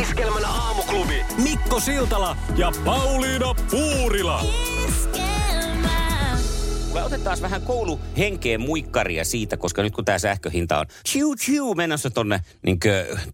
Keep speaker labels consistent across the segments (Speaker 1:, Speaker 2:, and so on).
Speaker 1: Iskelmän aamuklubi.
Speaker 2: Mikko Siltala ja Pauliina Puurila.
Speaker 3: Me otetaan vähän kouluhenkeä muikkaria siitä, koska nyt kun tämä sähköhinta on chiu chiu menossa tonne niin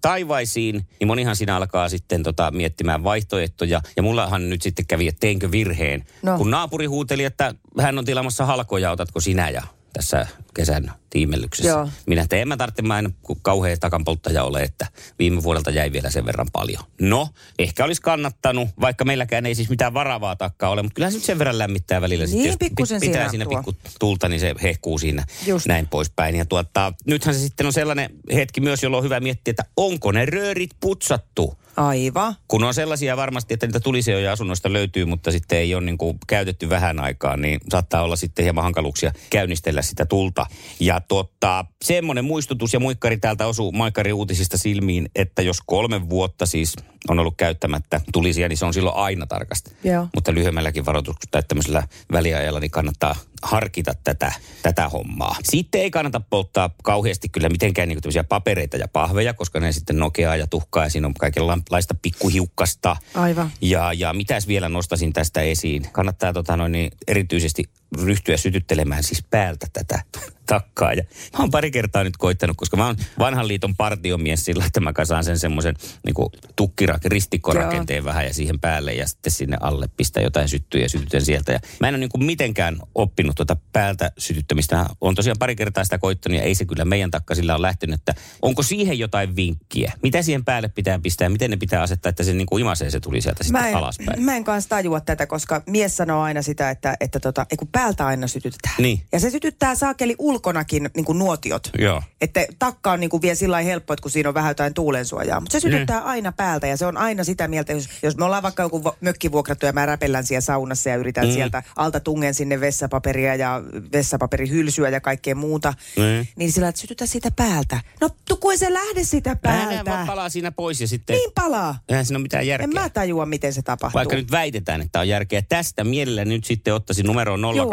Speaker 3: taivaisiin, niin monihan siinä alkaa sitten tota, miettimään vaihtoehtoja. Ja mullahan nyt sitten kävi, että teinkö virheen.
Speaker 4: No.
Speaker 3: No. Kun naapuri huuteli, että hän on tilamassa halkoja, otatko sinä ja tässä kesän tiimellyksessä.
Speaker 4: Joo.
Speaker 3: Joo. Minä että en mä tarvitse, mä en ku- kauhea takanpolttaja ole, että viime vuodelta jäi vielä sen verran paljon. No, ehkä olisi kannattanut, vaikka meilläkään ei siis mitään varavaa takkaa ole, mutta kyllähän se nyt sen verran lämmittää välillä ja
Speaker 4: Niin,
Speaker 3: jos pi-
Speaker 4: pikkusen
Speaker 3: pitää
Speaker 4: siinä
Speaker 3: siinä
Speaker 4: tuo.
Speaker 3: pikku tulta, niin se hehkuu siinä
Speaker 4: Just.
Speaker 3: Just. näin poispäin. Ja tuota, nythän se sitten on sellainen hetki myös, jolloin on hyvä miettiä, että onko ne röörit putsattu.
Speaker 4: Aivan.
Speaker 3: Kun on sellaisia varmasti, että niitä tulisi jo ja asunnoista löytyy, mutta sitten ei ole niin kuin käytetty vähän aikaa, niin saattaa olla sitten hieman hankaluuksia käynnistellä sitä tulta. Ja tota, semmoinen muistutus ja muikkari täältä osuu Maikkari uutisista silmiin, että jos kolme vuotta siis on ollut käyttämättä tulisia, niin se on silloin aina tarkasti.
Speaker 4: Joo.
Speaker 3: Mutta lyhyemmälläkin varoituksella tai tämmöisellä väliajalla niin kannattaa harkita tätä, tätä hommaa. Sitten ei kannata polttaa kauheasti kyllä mitenkään niin tämmöisiä papereita ja pahveja, koska ne sitten nokeaa ja tuhkaa ja siinä on kaikenlaista pikkuhiukkasta.
Speaker 4: Aivan.
Speaker 3: Ja, ja mitäs vielä nostaisin tästä esiin? Kannattaa tota noin, niin erityisesti ryhtyä sytyttelemään siis päältä tätä takkaa. Ja mä oon pari kertaa nyt koittanut, koska mä oon vanhan liiton partiomies sillä, että mä kasaan sen semmoisen niin tukkirak, ristikkorakenteen vähän ja siihen päälle ja sitten sinne alle pistää jotain syttyä ja sytytän sieltä. Ja mä en ole niin mitenkään oppinut tuota päältä sytyttämistä. Mä oon tosiaan pari kertaa sitä koittanut ja ei se kyllä meidän takka sillä on lähtenyt, että onko siihen jotain vinkkiä? Mitä siihen päälle pitää pistää? Miten ne pitää asettaa, että se niin kuin imasee se tuli sieltä sitten
Speaker 4: Mä en,
Speaker 3: alaspäin?
Speaker 4: mä en kanssa tajua tätä, koska mies sanoo aina sitä, että, että tota, ei kun päältä aina sytytetään.
Speaker 3: Niin.
Speaker 4: Ja se sytyttää saakeli ulkonakin niin kuin nuotiot.
Speaker 3: Joo.
Speaker 4: Että takka on niin kuin vielä sillä lailla helppo, että kun siinä on vähän jotain tuulensuojaa. Mutta se sytyttää mm. aina päältä ja se on aina sitä mieltä, jos, jos me ollaan vaikka joku vo- mökki vuokrattu ja mä räpellän siellä saunassa ja yritän mm. sieltä alta tungen sinne vessapaperia ja vessapaperihylsyä ja kaikkea muuta. Mm. Niin sillä lailla, että sytytä sitä päältä. No tu- kun ei se lähde sitä
Speaker 3: Hän
Speaker 4: päältä.
Speaker 3: vaan palaa siinä pois ja sitten...
Speaker 4: niin palaa.
Speaker 3: Eihän siinä ole mitään järkeä.
Speaker 4: En mä tajua, miten se tapahtuu.
Speaker 3: Vaikka nyt väitetään, että on järkeä. Tästä mielellä nyt sitten ottaisin numeroon
Speaker 4: Joo.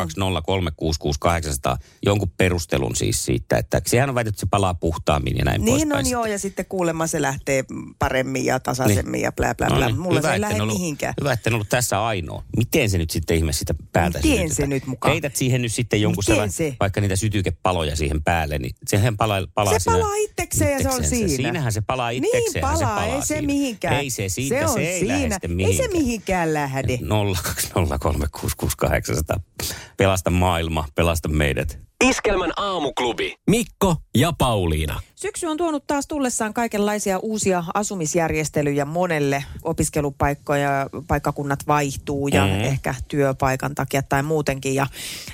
Speaker 3: 020366800 jonkun perustelun siis siitä, että sehän on väitetty, että se palaa puhtaammin ja näin
Speaker 4: Niin
Speaker 3: poispäin.
Speaker 4: on joo, ja sitten kuulemma se lähtee paremmin ja tasaisemmin niin. ja blää blää
Speaker 3: No
Speaker 4: blää.
Speaker 3: niin,
Speaker 4: Mulla se ei
Speaker 3: etten
Speaker 4: lähde
Speaker 3: ollut,
Speaker 4: mihinkään.
Speaker 3: Hyvä, etten ollut tässä ainoa. Miten se nyt sitten ihme sitä päältä
Speaker 4: Miten
Speaker 3: sytytetään?
Speaker 4: se nyt mukaan?
Speaker 3: Heität siihen nyt sitten jonkun
Speaker 4: Miten
Speaker 3: sellainen,
Speaker 4: se?
Speaker 3: vaikka niitä sytykepaloja siihen päälle, niin sehän pala, palaa
Speaker 4: Se
Speaker 3: siinä-
Speaker 4: palaa itsekseen ja se on siinä.
Speaker 3: Siinähän se palaa
Speaker 4: Niin
Speaker 3: itsekseen.
Speaker 4: palaa,
Speaker 3: se palaa
Speaker 4: ei se
Speaker 3: siinä.
Speaker 4: mihinkään.
Speaker 3: Ei se siitä, se,
Speaker 4: on
Speaker 3: ei lähde
Speaker 4: siinä.
Speaker 3: sitten
Speaker 4: Ei
Speaker 3: mihinkään.
Speaker 4: se mihinkään lähde.
Speaker 3: 020366800. Pelasta maailma, pelasta meidät.
Speaker 1: Iskelmän aamuklubi.
Speaker 2: Mikko ja Pauliina.
Speaker 4: Syksy on tuonut taas tullessaan kaikenlaisia uusia asumisjärjestelyjä monelle. Opiskelupaikkoja, paikkakunnat vaihtuu ja mm. ehkä työpaikan takia tai muutenkin. Ja,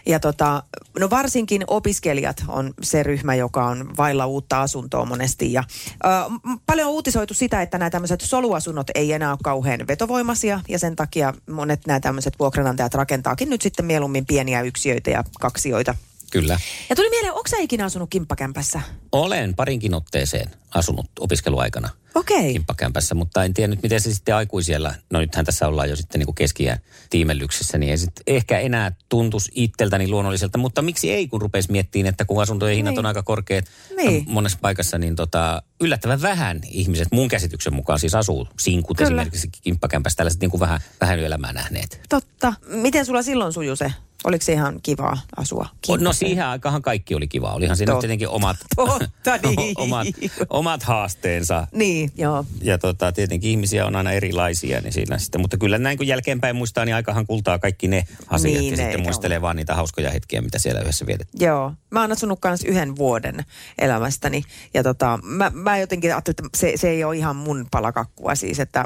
Speaker 4: ja tota, no varsinkin opiskelijat on se ryhmä, joka on vailla uutta asuntoa monesti. Ja, ö, m- paljon on uutisoitu sitä, että nämä tämmöiset soluasunnot ei enää ole kauhean vetovoimaisia ja sen takia monet nämä tämmöiset vuokranantajat rakentaakin nyt sitten mieluummin pieniä yksiöitä ja kaksioita.
Speaker 3: Kyllä.
Speaker 4: Ja tuli mieleen, onko sä ikinä asunut kimppakämpässä?
Speaker 3: Olen parinkin otteeseen asunut opiskeluaikana
Speaker 4: Okei.
Speaker 3: kimppakämpässä, mutta en tiedä nyt miten se sitten aikuisiellä, no nythän tässä ollaan jo sitten niin keskiään tiimellyksessä, niin ei sit ehkä enää tuntuisi itseltäni luonnolliselta, mutta miksi ei, kun rupesi miettimään, että kun asuntojen hinnat
Speaker 4: Niin.
Speaker 3: on aika korkeat
Speaker 4: Niin.
Speaker 3: no, monessa paikassa, niin tota, yllättävän vähän ihmiset mun käsityksen mukaan siis asuu sinkut
Speaker 4: Kyllä.
Speaker 3: Kyllä. esimerkiksi kimppakämpässä, tällaiset niin kuin vähän, vähän elämää nähneet.
Speaker 4: Totta. Miten sulla silloin suju se? Oliko se ihan kivaa asua?
Speaker 3: No
Speaker 4: kimpassa?
Speaker 3: siihen aikaan kaikki oli kiva. Olihan siinä
Speaker 4: Totta.
Speaker 3: Tot. tietenkin omat,
Speaker 4: Totta, niin.
Speaker 3: omat, omat haasteensa.
Speaker 4: Niin, joo.
Speaker 3: Ja tota, tietenkin ihmisiä on aina erilaisia, niin siinä sitten. Mutta kyllä näin kun jälkeenpäin muistaa, niin aikahan kultaa kaikki ne asiat.
Speaker 4: Niin,
Speaker 3: Niin, ja
Speaker 4: eikä
Speaker 3: sitten muistelee vaan niitä hauskoja hetkiä, mitä siellä yhdessä vietettiin.
Speaker 4: Joo. Mä oon asunut kanssa yhden vuoden elämästäni. Ja tota, mä, mä jotenkin ajattelin, että se, se ei ole ihan mun palakakkua siis, että,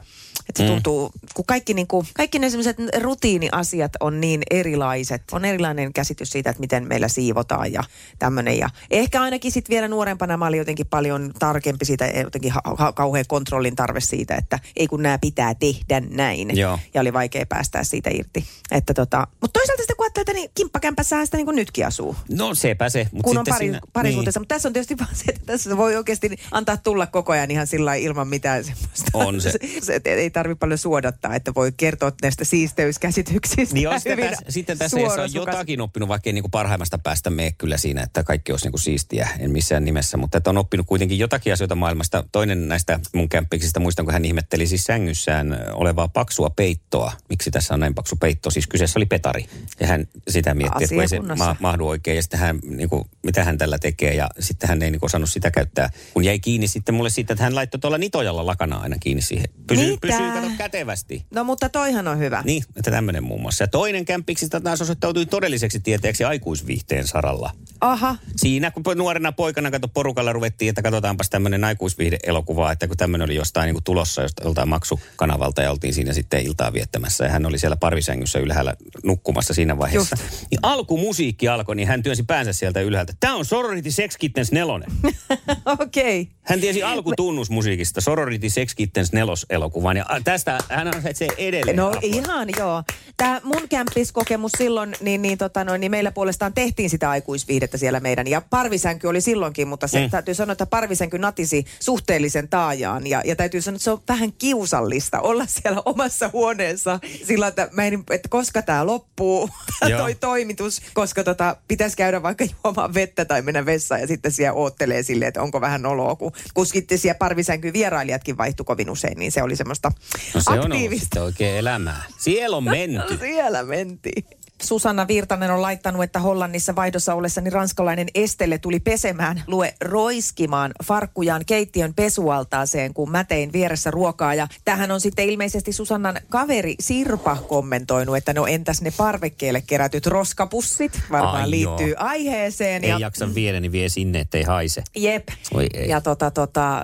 Speaker 4: että se tuntuu, kun kaikki, niinku, kaikki ne sellaiset rutiiniasiat on niin erilaiset. On erilainen käsitys siitä, että miten meillä siivotaan ja tämmöinen. Ja ehkä ainakin sitten vielä nuorempana mä olin jotenkin paljon tarkempi siitä, jotenkin ha- ha- kauhean kontrollin tarve siitä, että ei kun nämä pitää tehdä näin.
Speaker 3: Joo.
Speaker 4: Ja oli vaikea päästää siitä irti. Että tota, mutta toisaalta sitten kun ajattelee, että niin kimppakämpässähän sitä niin kuin nytkin asuu
Speaker 3: No sepä se. Mut
Speaker 4: kun on
Speaker 3: sitten
Speaker 4: pari,
Speaker 3: siinä, niin.
Speaker 4: parisuhteessa. Mutta tässä on tietysti vaan se, että tässä voi oikeasti niin antaa tulla koko ajan ihan sillä lailla ilman mitään semmoista.
Speaker 3: On se.
Speaker 4: se että ei tarvi paljon suodattaa, että voi kertoa näistä siisteyskäsityksistä
Speaker 3: Niin on
Speaker 4: Siis hyvin
Speaker 3: sitten tässä, sitten tässä jos on
Speaker 4: asukas.
Speaker 3: jotakin oppinut, vaikka ei niin kuin parhaimmasta päästä mene kyllä siinä, että kaikki olisi niin kuin siistiä, en missään nimessä. Mutta että on oppinut kuitenkin jotakin asioita maailmasta. Toinen näistä mun kämppiksistä, muistan kun hän ihmetteli siis sängyssään olevaa paksua peittoa. Miksi tässä on näin paksu peitto? Siis kyseessä oli Petari. Ja hän sitä mietti, että kun ei se
Speaker 4: Asiakunnassa.
Speaker 3: ma- mahdu oikein. Ja sitten hän, niin kuin, mitä hän tällä tekee. Ja sitten hän ei niin kuin, osannut sitä käyttää. Kun jäi kiinni sitten mulle siitä, että hän laittoi tuolla nitojalla lakana aina kiinni siihen. Pysyy,
Speaker 4: Mitä?
Speaker 3: pysyy kato, kätevästi.
Speaker 4: No mutta toihan on hyvä.
Speaker 3: Niin, että tämmöinen muun muassa. Ja toinen kämppiksistä taas osoittautui todelliseksi tieteeksi aikuisviihteen saralla.
Speaker 4: Aha,
Speaker 3: Siinä kun po- nuorena poikana kato porukalla ruvettiin, että katsotaanpas tämmöinen aikuisviihde-elokuva, että kun tämmöinen oli jostain niin kuin tulossa josta- joltain maksukanavalta ja oltiin siinä sitten iltaa viettämässä ja hän oli siellä parvisängyssä ylhäällä nukkumassa siinä vaiheessa. Niin alkumusiikki alkoi, niin hän työnsi päänsä sieltä ylhäältä. Tämä on Sorority Sex Kittens nelonen.
Speaker 4: okei. Okay.
Speaker 3: Hän tiesi alkutunnusmusiikista Sorority Sex Kittens nelos-elokuvan ja a, tästä hän on se edelleen.
Speaker 4: No
Speaker 3: apua.
Speaker 4: ihan joo. Tämä mun kämppiskokemus silloin, niin, niin, tota noin, niin meillä puolestaan tehtiin sitä aikuisviihdettä siellä meidän. Ja parvisänky oli silloinkin, mutta se mm. täytyy sanoa, että parvisänky natisi suhteellisen taajaan. Ja, ja täytyy sanoa, että se on vähän kiusallista olla siellä omassa huoneessa sillä, että, mä en, että koska tämä loppuu, tää
Speaker 3: Joo.
Speaker 4: toi toimitus, koska tota, pitäisi käydä vaikka juomaan vettä tai mennä vessaan ja sitten siellä oottelee silleen, että onko vähän noloa, kun, kun sitten siellä parvisänky vierailijatkin vaihtui kovin usein, niin se oli semmoista
Speaker 3: No se on ollut
Speaker 4: aktiivista.
Speaker 3: sitten oikein elämää. Siellä on menty.
Speaker 4: No, Siellä mentiin. Susanna Virtanen on laittanut, että Hollannissa vaihdossa ollessani ranskalainen Estelle tuli pesemään, lue roiskimaan farkkujaan keittiön pesualtaaseen, kun mä tein vieressä ruokaa. Ja tähän on sitten ilmeisesti Susannan kaveri Sirpa kommentoinut, että no entäs ne parvekkeelle kerätyt roskapussit? Varmaan
Speaker 3: Ai joo.
Speaker 4: liittyy aiheeseen.
Speaker 3: Ei
Speaker 4: ja...
Speaker 3: jaksa viedä, niin vie sinne, ettei haise.
Speaker 4: Jep.
Speaker 3: Voi ei.
Speaker 4: Ja tota, tota,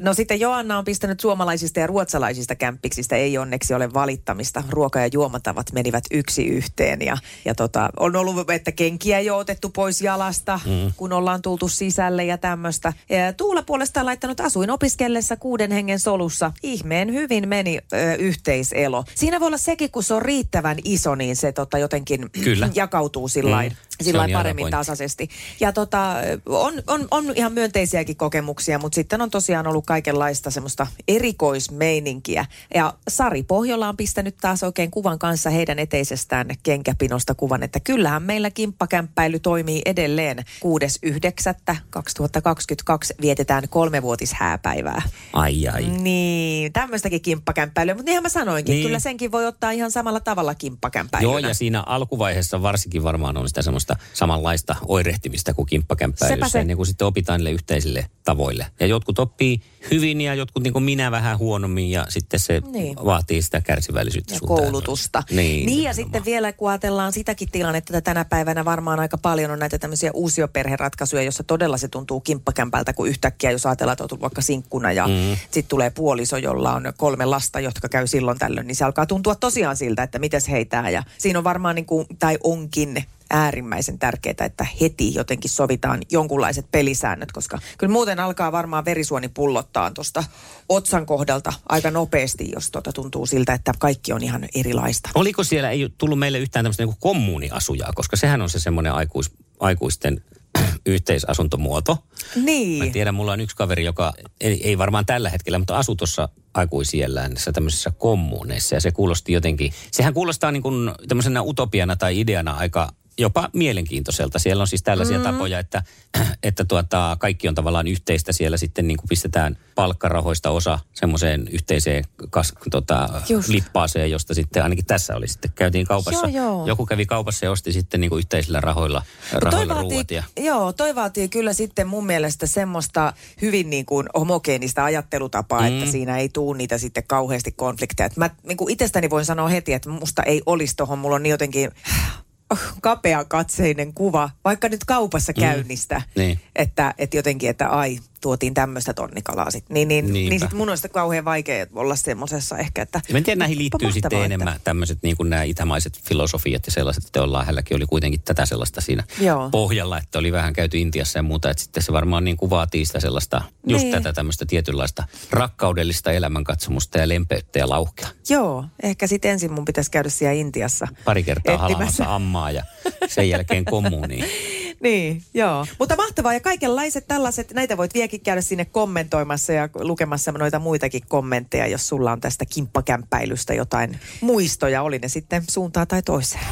Speaker 4: no sitten Joanna on pistänyt suomalaisista ja ruotsalaisista kämppiksistä. Ei onneksi ole valittamista. Ruoka- ja juomatavat menivät yksi yhteen. Ja, ja tota, on ollut, että kenkiä ei ole otettu pois jalasta, mm. kun ollaan tultu sisälle ja tämmöistä. Ja Tuula puolestaan laittanut asuin opiskellessa kuuden hengen solussa. Ihmeen hyvin meni ö, yhteiselo. Siinä voi olla sekin, kun se on riittävän iso, niin se tota, jotenkin
Speaker 3: Kyllä.
Speaker 4: jakautuu sillä
Speaker 3: Mm. Se
Speaker 4: sillä
Speaker 3: on ihan
Speaker 4: paremmin
Speaker 3: pointti.
Speaker 4: taas tasaisesti. Ja tota, on, on, on ihan myönteisiäkin kokemuksia, mutta sitten on tosiaan ollut kaikenlaista semmoista erikoismeininkiä. Ja Sari Pohjola on pistänyt taas oikein kuvan kanssa heidän eteisestään kenkäpinosta kuvan, että kyllähän meillä kimppakämppäily toimii edelleen. 6.9.2022 vietetään kolmevuotishääpäivää.
Speaker 3: Ai ai.
Speaker 4: Niin, tämmöistäkin kimppakämppäilyä, mutta niinhän mä sanoinkin,
Speaker 3: Niin.
Speaker 4: niin. kyllä senkin voi ottaa ihan samalla tavalla kimppakämppäilynä.
Speaker 3: Joo, ja siinä alkuvaiheessa varsinkin varmaan on sitä semmoista samanlaista oirehtimistä kuin
Speaker 4: Sepä
Speaker 3: kimppakämppäilyssä,
Speaker 4: se.
Speaker 3: ennen kuin sitten opitaan niille yhteisille tavoille. Ja jotkut oppii hyvin ja jotkut niin kuin minä vähän huonommin ja sitten se niin.
Speaker 4: Niin.
Speaker 3: vaatii sitä kärsivällisyyttä.
Speaker 4: ja
Speaker 3: suuntaan
Speaker 4: koulutusta.
Speaker 3: ja toiseen. Niin,
Speaker 4: niin ja
Speaker 3: nimenomaan.
Speaker 4: sitten vielä kun ajatellaan sitäkin tilannetta, että tänä päivänä varmaan aika paljon on näitä tämmöisiä uusioperheratkaisuja, jossa todella se tuntuu kimppakämpältä, kun yhtäkkiä jos ajatellaan, että on tullut vaikka sinkkuna ja mm. sitten tulee puoliso, jolla on kolme lasta, jotka käy silloin tällöin, niin se alkaa tuntua tosiaan siltä, että mites heitää ja siinä on varmaan niin kuin, tai onkin äärimmäisen tärkeää, että heti jotenkin sovitaan jonkunlaiset pelisäännöt, koska kyllä muuten alkaa varmaan verisuoni pullottaa tuosta otsan kohdalta aika nopeasti, jos tuota tuntuu siltä, että kaikki on ihan erilaista.
Speaker 3: Oliko siellä, ei tullut meille yhtään tämmöistä niin kommuuniasujaa, koska sehän on se semmoinen aikuis, aikuisten yhteisasuntomuoto. Mä
Speaker 4: Niin.
Speaker 3: tiedän, mulla on yksi kaveri, joka ei, ei varmaan tällä hetkellä, mutta asuu tuossa aikuisiellään näissä tämmöisissä kommuuneissa. Ja se kuulosti jotenkin, sehän kuulostaa niin kuin tämmöisenä utopiana tai ideana aika jopa mielenkiintoiselta. Siellä on siis tällaisia
Speaker 4: Mm-hmm.
Speaker 3: mm. tapoja, että, että tuota, kaikki on tavallaan yhteistä. Siellä sitten niin kuin pistetään palkkarahoista osa semmoiseen yhteiseen kas, tota,
Speaker 4: Just.
Speaker 3: lippaaseen, josta sitten ainakin tässä oli sitten. Käytiin kaupassa,
Speaker 4: Joo, joo.
Speaker 3: joku kävi kaupassa ja osti sitten niin kuin yhteisillä rahoilla, rahoilla ruuat. Ja...
Speaker 4: Joo, toi vaatii kyllä sitten mun mielestä semmoista hyvin niin kuin homogeenista ajattelutapaa, mm. että siinä ei tuu niitä sitten kauheasti konflikteja. Et Mä niin kuin itsestäni voin sanoa heti, että musta ei olisi tohon, mulla on niin jotenkin oh, kapea katseinen kuva, vaikka nyt kaupassa käynnistä,
Speaker 3: Mm. Niin.
Speaker 4: että, että jotenkin, että ai, tuotiin tämmöistä tonnikalaa sitten. Niin, niin,
Speaker 3: Niinpä.
Speaker 4: niin sitten mun on sitä kauhean vaikea olla semmoisessa ehkä, että...
Speaker 3: Mä en tiedä, näihin liittyy
Speaker 4: Mahtavaa,
Speaker 3: sitten
Speaker 4: että-
Speaker 3: enemmän tämmöiset niin kuin nämä itämaiset filosofiat ja sellaiset, että ollaan hälläkin oli kuitenkin tätä sellaista siinä
Speaker 4: Joo.
Speaker 3: pohjalla, että oli vähän käyty Intiassa ja muuta, että sitten se varmaan niin kuin vaatii sitä sellaista, just
Speaker 4: Niin.
Speaker 3: tätä tämmöistä tietynlaista rakkaudellista elämänkatsomusta ja lempeyttä ja lauhkea.
Speaker 4: Joo, ehkä sitten ensin mun pitäisi käydä siellä Intiassa.
Speaker 3: Pari kertaa
Speaker 4: Etsimässä.
Speaker 3: halaamassa ammaa ja sen jälkeen kommuuniin.
Speaker 4: Niin, joo. Mutta mahtavaa ja kaikenlaiset tällaiset, näitä voit vieläkin käydä sinne kommentoimassa ja lukemassa noita muitakin kommentteja, jos sulla on tästä kimppakämppäilystä jotain muistoja, oli ne sitten suuntaan tai toiseen.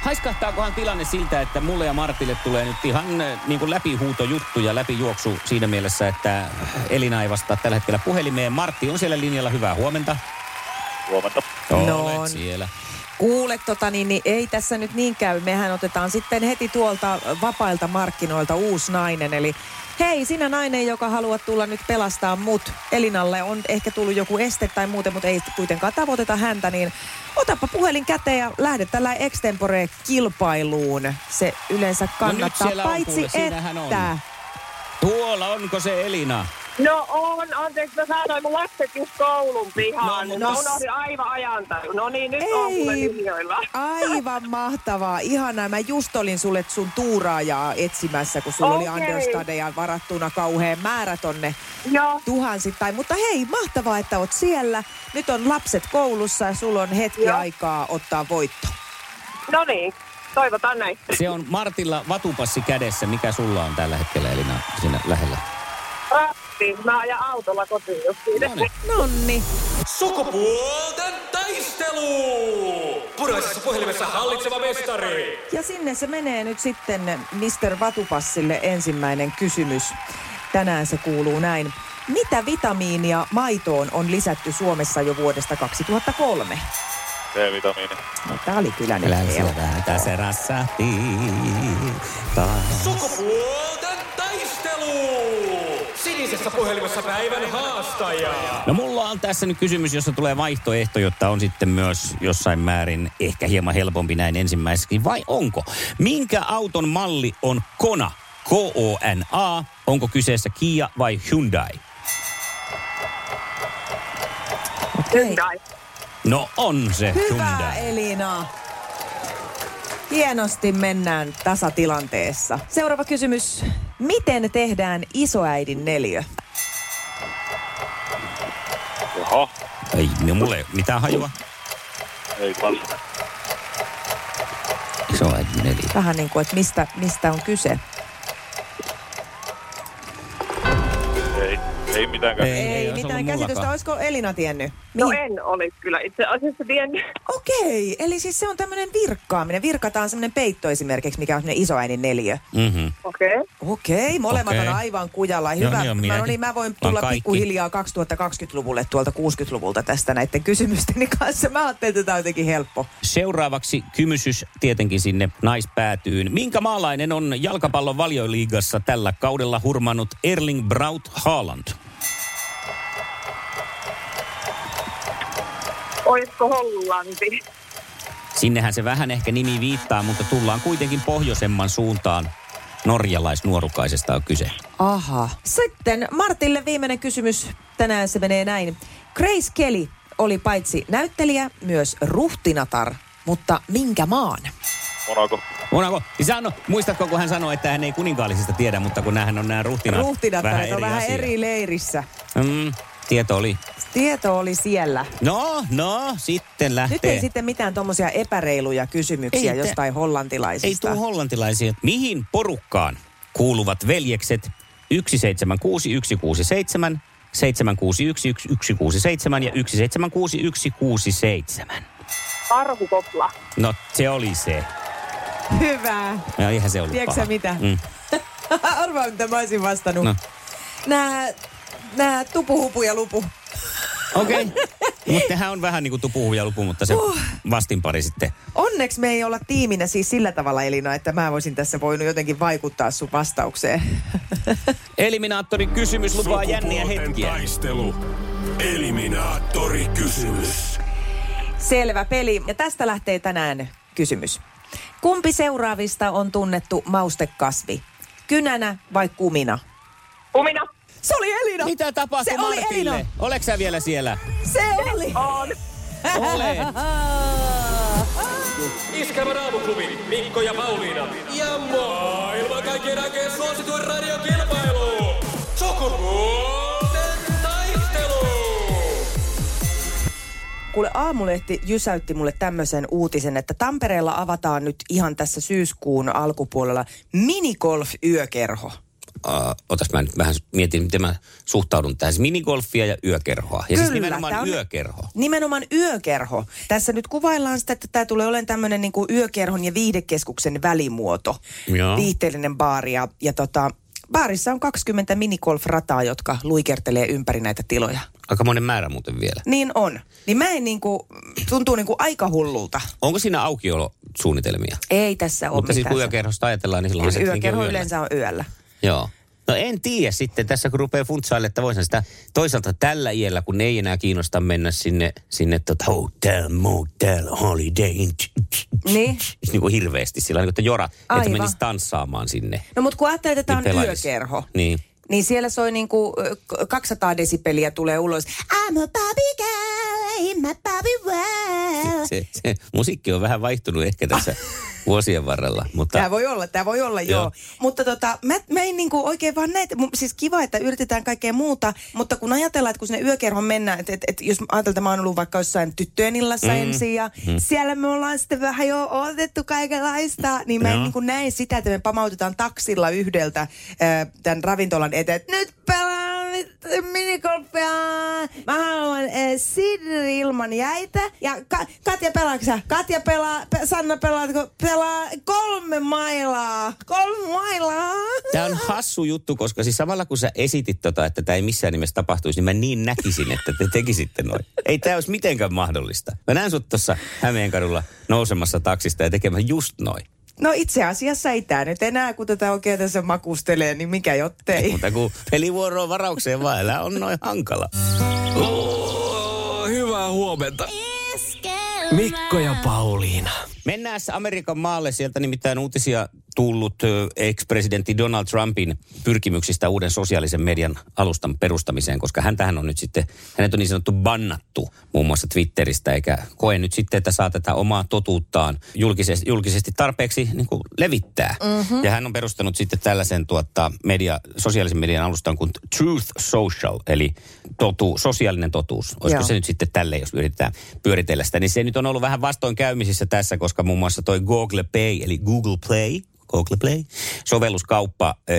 Speaker 3: haiskahtaakohan tilanne siltä, että mulle ja Martille tulee nyt ihan eh, niin kuin läpihuutojuttu ja läpijuoksu siinä mielessä, että eh, Elina ei vastaa tällä hetkellä puhelimeen. Martti on siellä linjalla, hyvää huomenta.
Speaker 5: Huomenta.
Speaker 4: No on.
Speaker 3: Olet siellä.
Speaker 4: Kuule, tota, niin, niin ei tässä nyt niin käy. Mehän otetaan sitten heti tuolta vapailta markkinoilta uusi nainen. Eli hei, sinä nainen, joka haluat tulla nyt pelastaa mut. Elinalle on ehkä tullut joku este tai muuten, mutta ei kuitenkaan tavoiteta häntä. Niin otapa puhelin käteen ja lähde tällä extempore-kilpailuun. Se yleensä kannattaa,
Speaker 3: No siellä on,
Speaker 4: paitsi
Speaker 3: kuule, siinähän on.
Speaker 4: että...
Speaker 3: Tuolla onko se Elina?
Speaker 6: No on, anteeksi, mä saatoin mun lapset just koulun pihaan.
Speaker 3: No,
Speaker 6: No,
Speaker 3: no
Speaker 6: no,
Speaker 3: s-
Speaker 6: unohdin aivan ajantaju. No niin, nyt on kuule
Speaker 4: Ei,
Speaker 6: linjoilla.
Speaker 4: aivan mahtavaa. Ihanaa. Mä just olin sulle sun tuuraajaa etsimässä, kun sulla oli
Speaker 6: Okei.
Speaker 4: understudeja varattuna kauhean määrä tonne
Speaker 6: Joo,
Speaker 4: tuhansittain. Mutta hei, mahtavaa, että oot siellä. Nyt on lapset koulussa ja sulla on hetki
Speaker 6: Joo.
Speaker 4: aikaa ottaa voitto.
Speaker 6: no niin, toivotaan näin.
Speaker 3: Se on Martilla vatupassi kädessä. Mikä sulla on tällä hetkellä Elina siinä lähellä?
Speaker 6: Ratti, mä ajan autolla kotiin just siitä.
Speaker 3: Noniin.
Speaker 4: Nonni.
Speaker 2: Sukupuolten taistelu! Punaisessa puhelimessa hallitseva mestari.
Speaker 4: Ja sinne se menee nyt sitten Mr. Vatupassille ensimmäinen kysymys. Tänään se kuuluu näin. Mitä vitamiinia maitoon on lisätty Suomessa jo vuodesta 2003?
Speaker 5: C-vitamiini.
Speaker 4: No, tää oli kyllä nyt
Speaker 3: Elän
Speaker 4: helppo.
Speaker 3: syödään, se rassahti. Taas.
Speaker 2: Sukupuolten taistelu! Sinisessä puhelimessa päivän haastaja.
Speaker 3: No mulla on tässä nyt kysymys, jossa tulee vaihtoehto, jotta on sitten myös jossain määrin ehkä hieman helpompi näin ensimmäiseksi. Vai onko? Minkä auton malli on Kona? K-O-N-A. Onko kyseessä Kia vai Hyundai?
Speaker 4: Okei.
Speaker 6: Hyundai.
Speaker 3: No on se
Speaker 4: Hyvä
Speaker 3: Hyundai.
Speaker 4: Elina. Hienosti mennään tasatilanteessa. Seuraava kysymys. Miten tehdään isoäidin neliö?
Speaker 5: Jaha,
Speaker 3: Ei, no mulla ei ole mitään hajua.
Speaker 5: ei kanssa.
Speaker 3: Iso äiti neliö.
Speaker 4: Vähän niin kuin, että mistä, mistä on kyse.
Speaker 5: Ei, ei mitään
Speaker 3: Ei,
Speaker 5: ei.
Speaker 4: Ei,
Speaker 3: ei olisi ollut
Speaker 4: mitään käsitystä.
Speaker 3: mullakaan.
Speaker 4: Olisiko Elina tiennyt?
Speaker 6: No
Speaker 4: Mihin-
Speaker 6: en olisi kyllä itse asiassa tiennyt.
Speaker 4: Okei, eli siis se on tämmöinen virkkaaminen. Virkataan semmoinen peitto esimerkiksi, mikä on semmoinen isoäidin neliö.
Speaker 3: Mm-hmm.
Speaker 6: Okei.
Speaker 4: Okei, molemmat
Speaker 3: Okei.
Speaker 4: on aivan kujalla.
Speaker 3: Joo,
Speaker 4: Hyvä.
Speaker 3: niin on
Speaker 4: mä, no
Speaker 3: minäkin.
Speaker 4: niin, mä voin
Speaker 3: Vaan
Speaker 4: tulla
Speaker 3: kaikki.
Speaker 4: pikkuhiljaa 2020-luvulle tuolta 60-luvulta tästä näiden kysymysteni kanssa. Mä ajattelin, että tämä on jotenkin helppo.
Speaker 3: Seuraavaksi kymysys tietenkin sinne naispäätyyn. Minkä maalainen on jalkapallon valioliigassa tällä kaudella hurmannut Erling Braut Haaland?
Speaker 6: Olisiko Hollanti?
Speaker 3: Sinnehän se vähän ehkä nimi viittaa, mutta tullaan kuitenkin pohjoisemman suuntaan. Norjalaisnuorukaisesta on kyse.
Speaker 4: Aha. Sitten Martille viimeinen kysymys. Tänään se menee näin. Grace Kelly oli paitsi näyttelijä, myös ruhtinatar. Mutta minkä maan?
Speaker 5: Monaco.
Speaker 3: Onko? Niin Sano, muistatko, kun hän sanoi, että hän ei kuninkaallisista tiedä, mutta kun nämähän on nämä ruhtinat,
Speaker 4: Ruhtinattaret on vähän
Speaker 3: asia.
Speaker 4: eri leirissä.
Speaker 3: Mm, tieto oli.
Speaker 4: Tieto oli siellä.
Speaker 3: No, no, sitten lähtee.
Speaker 4: Nyt ei sitten mitään tuommoisia epäreiluja kysymyksiä
Speaker 3: Ei te-
Speaker 4: jostain
Speaker 3: Ei
Speaker 4: hollantilaisista.
Speaker 3: tuu hollantilaisia. Mihin porukkaan kuuluvat veljekset 176 167, 761 167 ja 176 167?
Speaker 6: Karhukopla.
Speaker 3: No se oli se.
Speaker 4: Hyvä.
Speaker 3: No eihän se ollut
Speaker 4: Tiedätkö
Speaker 3: paha.
Speaker 4: sä mitä?
Speaker 3: Mm.
Speaker 4: Arvaa, mitä mä olisin vastannut.
Speaker 3: No.
Speaker 4: No. Nää, nää tupuhupu ja lupu.
Speaker 3: Okei. Okay. mutta nehän on vähän niin kuin tupuhu ja lupu, mutta se
Speaker 4: Uh.
Speaker 3: vastinpari sitten.
Speaker 4: Onneksi me ei olla tiiminä siis sillä tavalla, Elina, että mä voisin tässä voinut jotenkin vaikuttaa sun vastaukseen.
Speaker 3: Eliminaattori kysymys lupaa jänniä
Speaker 2: Sukupuolten
Speaker 3: hetkiä.
Speaker 2: taistelu. Eliminaattori kysymys.
Speaker 4: Selvä peli. Ja tästä lähtee tänään kysymys. Kumpi seuraavista on tunnettu maustekasvi? Kynänä vai kumina?
Speaker 6: Kumina.
Speaker 4: Se oli Elina!
Speaker 3: Mitä tapahtui
Speaker 4: Se oli Elina!
Speaker 3: Martille? Oletko sä vielä siellä?
Speaker 4: Se oli!
Speaker 6: On.
Speaker 3: Olet.
Speaker 2: Iskelmän aamuklubi, Mikko ja Pauliina. Ja maailman kaikkien aikeen suosituen radiokilpailu. Sukupuolten taistelu.
Speaker 4: Kuule, aamulehti jysäytti mulle tämmöisen uutisen, että Tampereella avataan nyt ihan tässä syyskuun alkupuolella minigolf-yökerho.
Speaker 3: äh, otas mä nyt vähän mietin, miten mä suhtaudun tähän. Siis Minigolfia ja yökerhoa. Ja siis
Speaker 4: Kyllä,
Speaker 3: nimenomaan
Speaker 4: tää on-
Speaker 3: yökerho.
Speaker 4: Nimenomaan yökerho. Tässä nyt kuvaillaan sitä, että tämä tulee olemaan tämmöinen niin yökerhon ja viihdekeskuksen välimuoto.
Speaker 3: Joo.
Speaker 4: Viihteellinen baari ja, ja tota, baarissa on 20 minigolf-rataa, jotka luikertelee ympäri näitä tiloja.
Speaker 3: Aika monen määrä muuten vielä.
Speaker 4: Niin on. Niin mä en niin kuin, tuntuu niin kuin aika hullulta.
Speaker 3: Onko siinä aukiolosuunnitelmia?
Speaker 4: Ei tässä ole
Speaker 3: Mutta siis kun
Speaker 4: mitään.
Speaker 3: yökerhosta ajatellaan, niin silloin
Speaker 4: Kyllä
Speaker 3: se
Speaker 4: se
Speaker 3: tietenkin
Speaker 4: yökerho
Speaker 3: on yöllä.
Speaker 4: yleensä on yöllä.
Speaker 3: Joo. No en tiedä sitten, tässä kun rupeaa funtsailemaan, että voisin sitä toisaalta tällä iällä, kun ei enää kiinnosta mennä sinne, sinne tota hotel, motel, holiday, inn, tch, tch, tch,
Speaker 4: Niin.
Speaker 3: tch, niin kuin hirveästi sillä niin kuin jora, että
Speaker 4: Aivan.
Speaker 3: menisi tanssaamaan sinne.
Speaker 4: No mutta kun ajattelet, että tämä
Speaker 3: Niin
Speaker 4: on
Speaker 3: pelaisi.
Speaker 4: yökerho,
Speaker 3: Niin.
Speaker 4: niin siellä soi niinku ö, k- 200 desibeliä tulee ulos. I'm a Barbie girl in my Barbie world.
Speaker 3: Se, se, musiikki on vähän vaihtunut ehkä tässä vuosien varrella, mutta
Speaker 4: Tämä voi olla, tämä voi olla, joo.
Speaker 3: Joo.
Speaker 4: joo. Mutta tota, mä, mä en niinku oikein vaan näitä, mun- siis kiva, että yritetään kaikkea muuta, mutta kun ajatellaan, että kun sinne yökerhoon mennään, että et, et, jos ajatellaan, että mä oon ollut vaikka jossain tyttöjen illassa mm. ensin ja mm. siellä me ollaan sitten vähän jo otettu kaikenlaista, niin mä en niinku näe sitä, että me pamautetaan taksilla yhdeltä äh, tämän ravintolan eteen, että nyt pelaan mit- minikolppia. Mä haluan äh, sideri ilman jäitä. Ja ka- Katja, pelaatko sä? Katja pelaa, pe- Sanna pelaatko? Pelaa kolme mailaa. Kolme mailaa.
Speaker 3: Tämä on hassu juttu, koska siis samalla kun sä esitit tota, että tämä ei missään nimessä tapahtuisi, niin mä niin näkisin, että te tekisitte noin. Ei tämä olisi mitenkään mahdollista. Mä näen sut tuossa Hämeenkadulla nousemassa taksista ja tekemään just noin.
Speaker 4: No itse asiassa ei tää nyt enää, kun tätä oikein tässä makustelee, niin mikä jottei.
Speaker 3: Mutta kun pelivuoroon varaukseen vaan, elää on noin hankala.
Speaker 2: Oh, hyvää huomenta. Mikko ja Pauliina.
Speaker 3: Mennään Amerikan maalle. Sieltä nimittäin uutisia tullut ö, ex-presidentti Donald Trumpin pyrkimyksistä uuden sosiaalisen median alustan perustamiseen, koska häntähän on nyt sitten, hänet on niin sanottu bannattu muun muassa Twitteristä, eikä koe nyt sitten, että saa tätä omaa totuuttaan julkisesti, julkisesti tarpeeksi niin kuin levittää. Mm-hmm. Ja hän on perustanut sitten tällaisen tuota, media, sosiaalisen median alustan kuin Truth Social, eli totu, sosiaalinen totuus. Olisiko
Speaker 4: Joo.
Speaker 3: se nyt sitten tälle, jos yritetään pyöritellä sitä. Niin se nyt on ollut vähän vastoinkäymisissä tässä, koska muun muassa toi Google Pay, eli Google Play, Google Play, sovelluskauppa ö,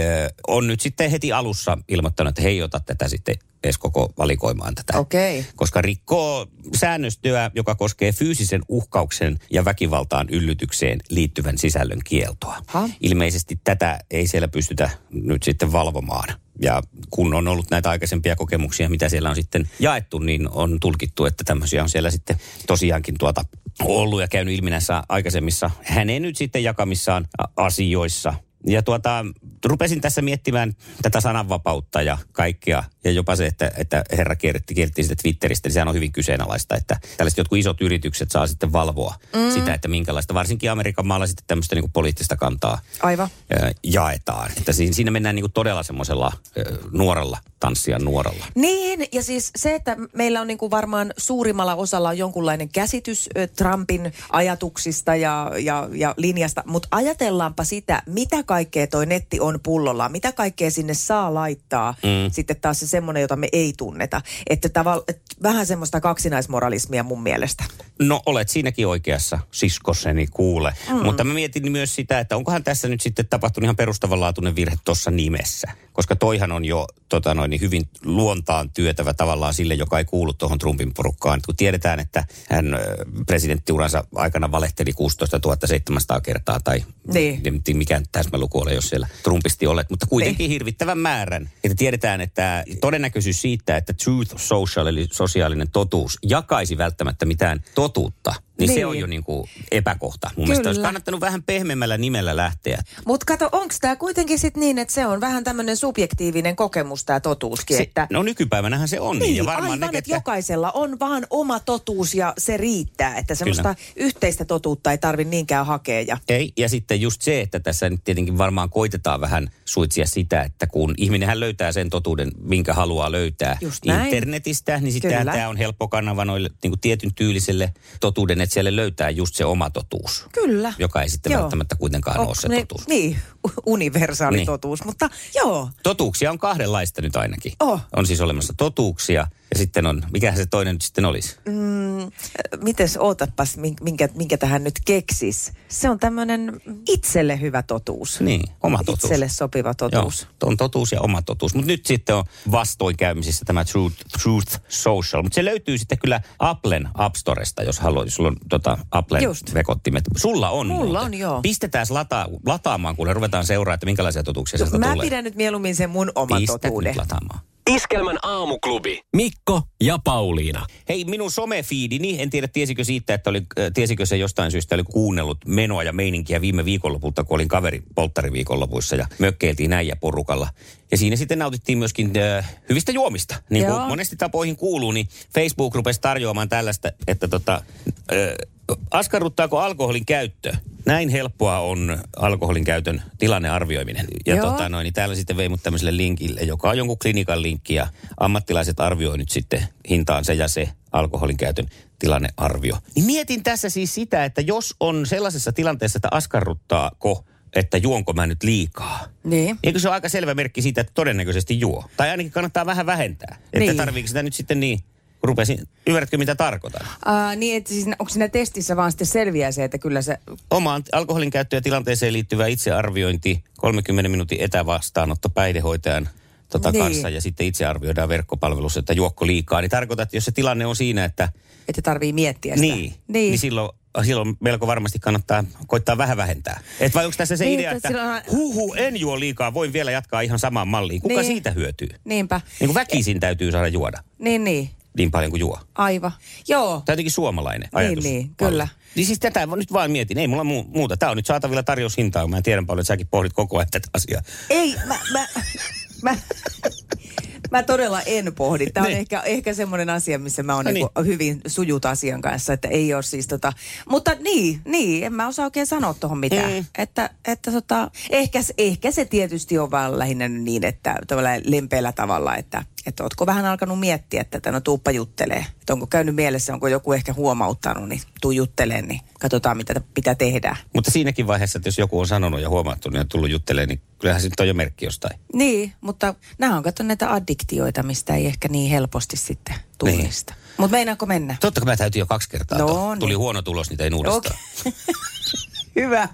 Speaker 3: on nyt sitten heti alussa ilmoittanut, että he ei ota tätä sitten edes koko valikoimaan tätä.
Speaker 4: Okei.
Speaker 3: Koska rikkoo säännöstöä, joka koskee fyysisen uhkauksen ja väkivaltaan yllytykseen liittyvän sisällön kieltoa.
Speaker 4: Ha?
Speaker 3: Ilmeisesti tätä ei siellä pystytä nyt sitten valvomaan. Ja kun on ollut näitä aikaisempia kokemuksia, mitä siellä on sitten jaettu, niin on tulkittu, että tämmöisiä on siellä sitten tosiaankin tuota ollut ja käynyt ilmi näissä aikaisemmissa hänen nyt sitten jakamissaan ä, asioissa. Ja tuota, rupesin tässä miettimään tätä sananvapautta ja kaikkea. Ja jopa se, että, että herra kierretti, kierretti sitä Twitteristä, niin sehän on hyvin kyseenalaista, että tällaiset jotkut isot yritykset saa sitten valvoa mm. sitä, että minkälaista, varsinkin Amerikan maalla sitten tämmöistä niin poliittista kantaa
Speaker 4: Aivan.
Speaker 3: ö, jaetaan. Että siinä, siinä mennään niin kuin todella semmoisella ö, nuoralla, tanssia nuoralla.
Speaker 4: Niin, ja siis se, että meillä on niin kuin varmaan suurimmalla osalla on jonkunlainen käsitys ö, Trumpin ajatuksista ja, ja, ja linjasta, mutta ajatellaanpa sitä, mitä kaikkea toi netti on pullolla, mitä kaikkea sinne saa laittaa, mm. sitten taas se semmoinen, jota me ei tunneta. Että tavall- et vähän semmoista kaksinaismoralismia mun mielestä.
Speaker 3: No olet siinäkin oikeassa, siskoseni kuule. Mm. Mutta mä mietin myös sitä, että onkohan tässä nyt sitten tapahtunut ihan perustavanlaatuinen virhe tuossa nimessä. Koska toihan on jo tota noin, niin hyvin luontaan työtävä tavallaan sille, joka ei kuulu tuohon Trumpin porukkaan. Kun tiedetään, että hän ö, presidenttiuransa aikana valehteli 16 700 kertaa tai
Speaker 4: Niin.
Speaker 3: en tiedä, mikään täsmäluku ole, jos siellä Trumpisti olet, mutta kuitenkin niin. hirvittävän määrän. Että tiedetään, että todennäköisyys siitä, että truth social, eli sosiaalinen totuus, jakaisi välttämättä mitään totuutta, niin, niin. se
Speaker 4: Niin.
Speaker 3: on jo niin kuin epäkohta. Mun Kyllä. mielestä olisi
Speaker 4: Kyllä.
Speaker 3: kannattanut vähän pehmeämmällä nimellä lähteä.
Speaker 4: Mutta kato, onko tämä kuitenkin sitten niin, että se on vähän tämmöinen subjektiivinen kokemus tämä totuuskin,
Speaker 3: Se,
Speaker 4: että...
Speaker 3: no nykypäivänähän se on niin, ja varmaan
Speaker 4: aivan,
Speaker 3: ne,
Speaker 4: että
Speaker 3: ketkä-
Speaker 4: jokaisella on vaan oma totuus ja se riittää, että semmoista yhteistä totuutta ei tarvi niinkään hakea. Ja,
Speaker 3: Ei, ja sitten just se, että tässä nyt tietenkin varmaan koitetaan vähän suitsia sitä, että kun ihminenhän löytää sen totuuden, minkä haluaa löytää
Speaker 4: Just näin.
Speaker 3: internetistä, niin sitten
Speaker 4: Kyllä.
Speaker 3: tämä on helppo kanava noille niin kuin tietyn tyyliselle totuuden että siellä löytää just se oma totuus,
Speaker 4: Kyllä.
Speaker 3: joka ei sitten
Speaker 4: Joo.
Speaker 3: välttämättä kuitenkaan
Speaker 4: Onko
Speaker 3: ole se
Speaker 4: ne-
Speaker 3: totuus.
Speaker 4: Niin, u- universaali
Speaker 3: Niin.
Speaker 4: totuus, mutta joo,
Speaker 3: Totuuksia on kahdenlaista nyt ainakin.
Speaker 4: Oh.
Speaker 3: On siis olemassa totuuksia ja sitten on, mikähän se toinen nyt sitten olisi?
Speaker 4: mites ootapas, min- minkä, minkä tähän nyt keksis. Se on tämmöinen itselle hyvä totuus.
Speaker 3: Niin, oma totuus.
Speaker 4: Itselle sopiva totuus.
Speaker 3: Joo, on totuus ja oma totuus. Mutta nyt sitten on vastoinkäymisissä tämä Truth, Truth Social. Mutta se löytyy sitten kyllä Applen App Storesta, jos haluat. Jos Sulla on tota, Applen
Speaker 4: Just.
Speaker 3: vekottimet. Sulla on
Speaker 4: Mulla
Speaker 3: muuten.
Speaker 4: on, joo.
Speaker 3: Pistetään lata, lataamaan, kun ruvetaan seuraa, että minkälaisia totuuksia sieltä
Speaker 4: Mä
Speaker 3: tulee.
Speaker 4: pidän nyt mieluummin sen mun oman
Speaker 3: Pistät
Speaker 4: totuuden.
Speaker 3: nyt lataamaan.
Speaker 1: Iskelmän aamuklubi.
Speaker 2: Mikko ja Pauliina.
Speaker 3: Hei, minun somefiidini, en tiedä tiesikö siitä, että oli, äh, tiesikö se jostain syystä, oli kuunnellut menoa ja meininkiä viime viikonlopulta, kun olin kaveri polttariviikonlopuissa ja mökkeiltiin näijä porukalla. Ja siinä sitten nautittiin myöskin äh, hyvistä juomista. Niin kuin
Speaker 4: Joo.
Speaker 3: monesti tapoihin kuuluu, niin Facebook rupesi tarjoamaan tällaista, että tota, äh, askarruttaako alkoholin käyttö? Näin helppoa on alkoholin käytön tilannearvioiminen. Ja
Speaker 4: Joo.
Speaker 3: tota, noin, niin täällä sitten vei mut tämmöiselle linkille, joka on jonkun klinikan linkki ja ammattilaiset arvioi nyt sitten hintaan se ja se alkoholin käytön tilannearvio. Niin mietin tässä siis sitä, että jos on sellaisessa tilanteessa, että askarruttaako, että juonko mä nyt liikaa.
Speaker 4: Niin.
Speaker 3: Eikö se ole aika selvä merkki siitä, että todennäköisesti juo? Tai ainakin kannattaa vähän vähentää. Että
Speaker 4: Niin.
Speaker 3: tarviiko sitä nyt sitten niin, kun rupesin, ymmärrätkö mitä tarkoitan?
Speaker 4: Ää, niin, että siis onko siinä testissä vaan sitten selviää se, että kyllä se...
Speaker 3: Omaan alkoholin käyttöön ja tilanteeseen liittyvä itsearviointi, 30 minuutin etävastaanotto päihdehoitajan tota
Speaker 4: Niin.
Speaker 3: niin. kanssa ja sitten itse arvioidaan verkkopalvelussa, että juokko liikaa. Niin tarkoitat, että jos se tilanne on siinä, että
Speaker 4: Että tarvii miettiä sitä.
Speaker 3: niin, niin.
Speaker 4: niin
Speaker 3: niin silloin, silloin melko varmasti kannattaa koittaa vähän vähentää. Et vai onko tässä se
Speaker 4: Niin,
Speaker 3: idea,
Speaker 4: että
Speaker 3: että
Speaker 4: silloin-
Speaker 3: huhu, en juo liikaa, voin vielä jatkaa ihan samaan malliin. Kuka
Speaker 4: Niin.
Speaker 3: niin. siitä hyötyy?
Speaker 4: Niinpä.
Speaker 3: Niin kuin väkisin täytyy saada juoda
Speaker 4: Niin, niin.
Speaker 3: niin paljon kuin juo.
Speaker 4: Aivan. Joo.
Speaker 3: Tämä on jotenkin suomalainen ajatus.
Speaker 4: niin, kyllä.
Speaker 3: Niin siis tätä mä nyt vaan mietin, ei mulla muu- muuta. Tämä on nyt saatavilla tarjoushintaa, mä tiedän paljon, että säkin pohdit koko ajan tätä asiaa.
Speaker 4: Ei, mä, mä, mä, mä todella en pohdi. Tämä on
Speaker 3: Niin.
Speaker 4: ehkä, ehkä semmoinen asia, missä mä oon
Speaker 3: No
Speaker 4: niinku hyvin sujut asian kanssa, että ei ole siis tota... Mutta niin, niin en mä osaa oikein sanoa tuohon mitään. Mm.
Speaker 3: Mm.
Speaker 4: Että, että tota, ehkä, se- ehkä se tietysti on vaan lähinnä niin, että tavallaan lempeällä tavalla, että, että ootko vähän alkanut miettiä tätä, no tuuppa juttelee. Että onko käynyt mielessä, onko joku ehkä huomauttanut, niin tuu juttelee, niin katsotaan mitä pitää tehdä.
Speaker 3: Mutta siinäkin vaiheessa, että jos joku on sanonut ja huomattunut ja tullut juttelemaan, niin kyllähän se nyt on jo merkki jostain.
Speaker 4: Niin, mutta nämä on kato näitä addiktioita, mistä ei ehkä niin helposti sitten tunnista. Niin. Mutta meinaako mennä?
Speaker 3: Totta kai mä täytyy jo kaksi kertaa.
Speaker 4: No
Speaker 3: tuo.
Speaker 4: niin.
Speaker 3: Tuli huono tulos, niitä ei uudestaan. Okay.
Speaker 4: Hyvä.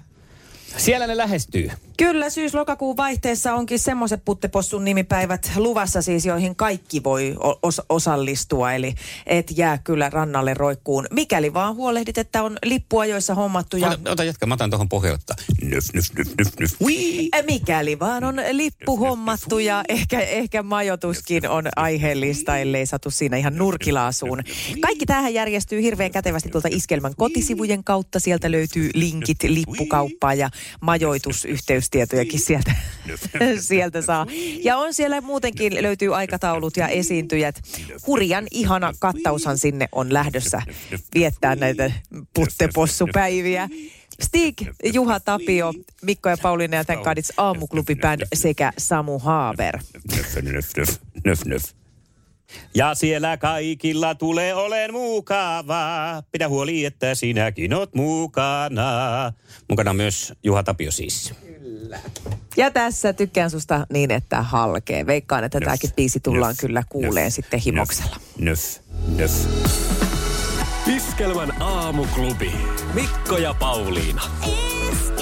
Speaker 3: Siellä ne lähestyy.
Speaker 4: Kyllä, syys-lokakuun vaihteessa onkin semmoiset puttepossun nimipäivät luvassa siis, joihin kaikki voi o- os- osallistua. Eli et jää kyllä rannalle roikkuun, mikäli vaan huolehdit, että on lippuajoissa hommattu. Ja...
Speaker 3: Ota, ota jatka, mä otan tuohon pohjalta. Nyf, nyf, nyf, nyf, nyf. Wii.
Speaker 4: Eh, Mikäli vaan on lippu hommattu ja ehkä, ehkä majoituskin on aiheellista, ellei satu siinä ihan nurkilaasuun. Kaikki tähän järjestyy hirveän kätevästi tuolta Iskelmän kotisivujen kautta. Sieltä löytyy linkit lippukauppaan ja majoitusyhteystietojakin sieltä, sieltä saa. Ja on siellä muutenkin löytyy aikataulut ja esiintyjät. Hurjan ihana kattaushan sinne on lähdössä viettää näitä puttepossupäiviä. Stig, Juha Tapio, Mikko ja Pauliina ja tämän kadits aamuklubi band sekä Samu Haaver.
Speaker 3: Nöf, nöf, nöf, nöf, nöf. Ja siellä kaikilla tulee olen mukavaa. Pidä huoli, että sinäkin oot mukana. Mukana myös Juha Tapio siis.
Speaker 4: Ja tässä tykkään susta niin, että halkee. Veikkaan, että tämäkin biisi tullaan kyllä kuuleen sitten himoksella.
Speaker 3: Nöf, nöf.
Speaker 2: Iskelmän aamuklubi. Mikko ja Pauliina.
Speaker 7: It's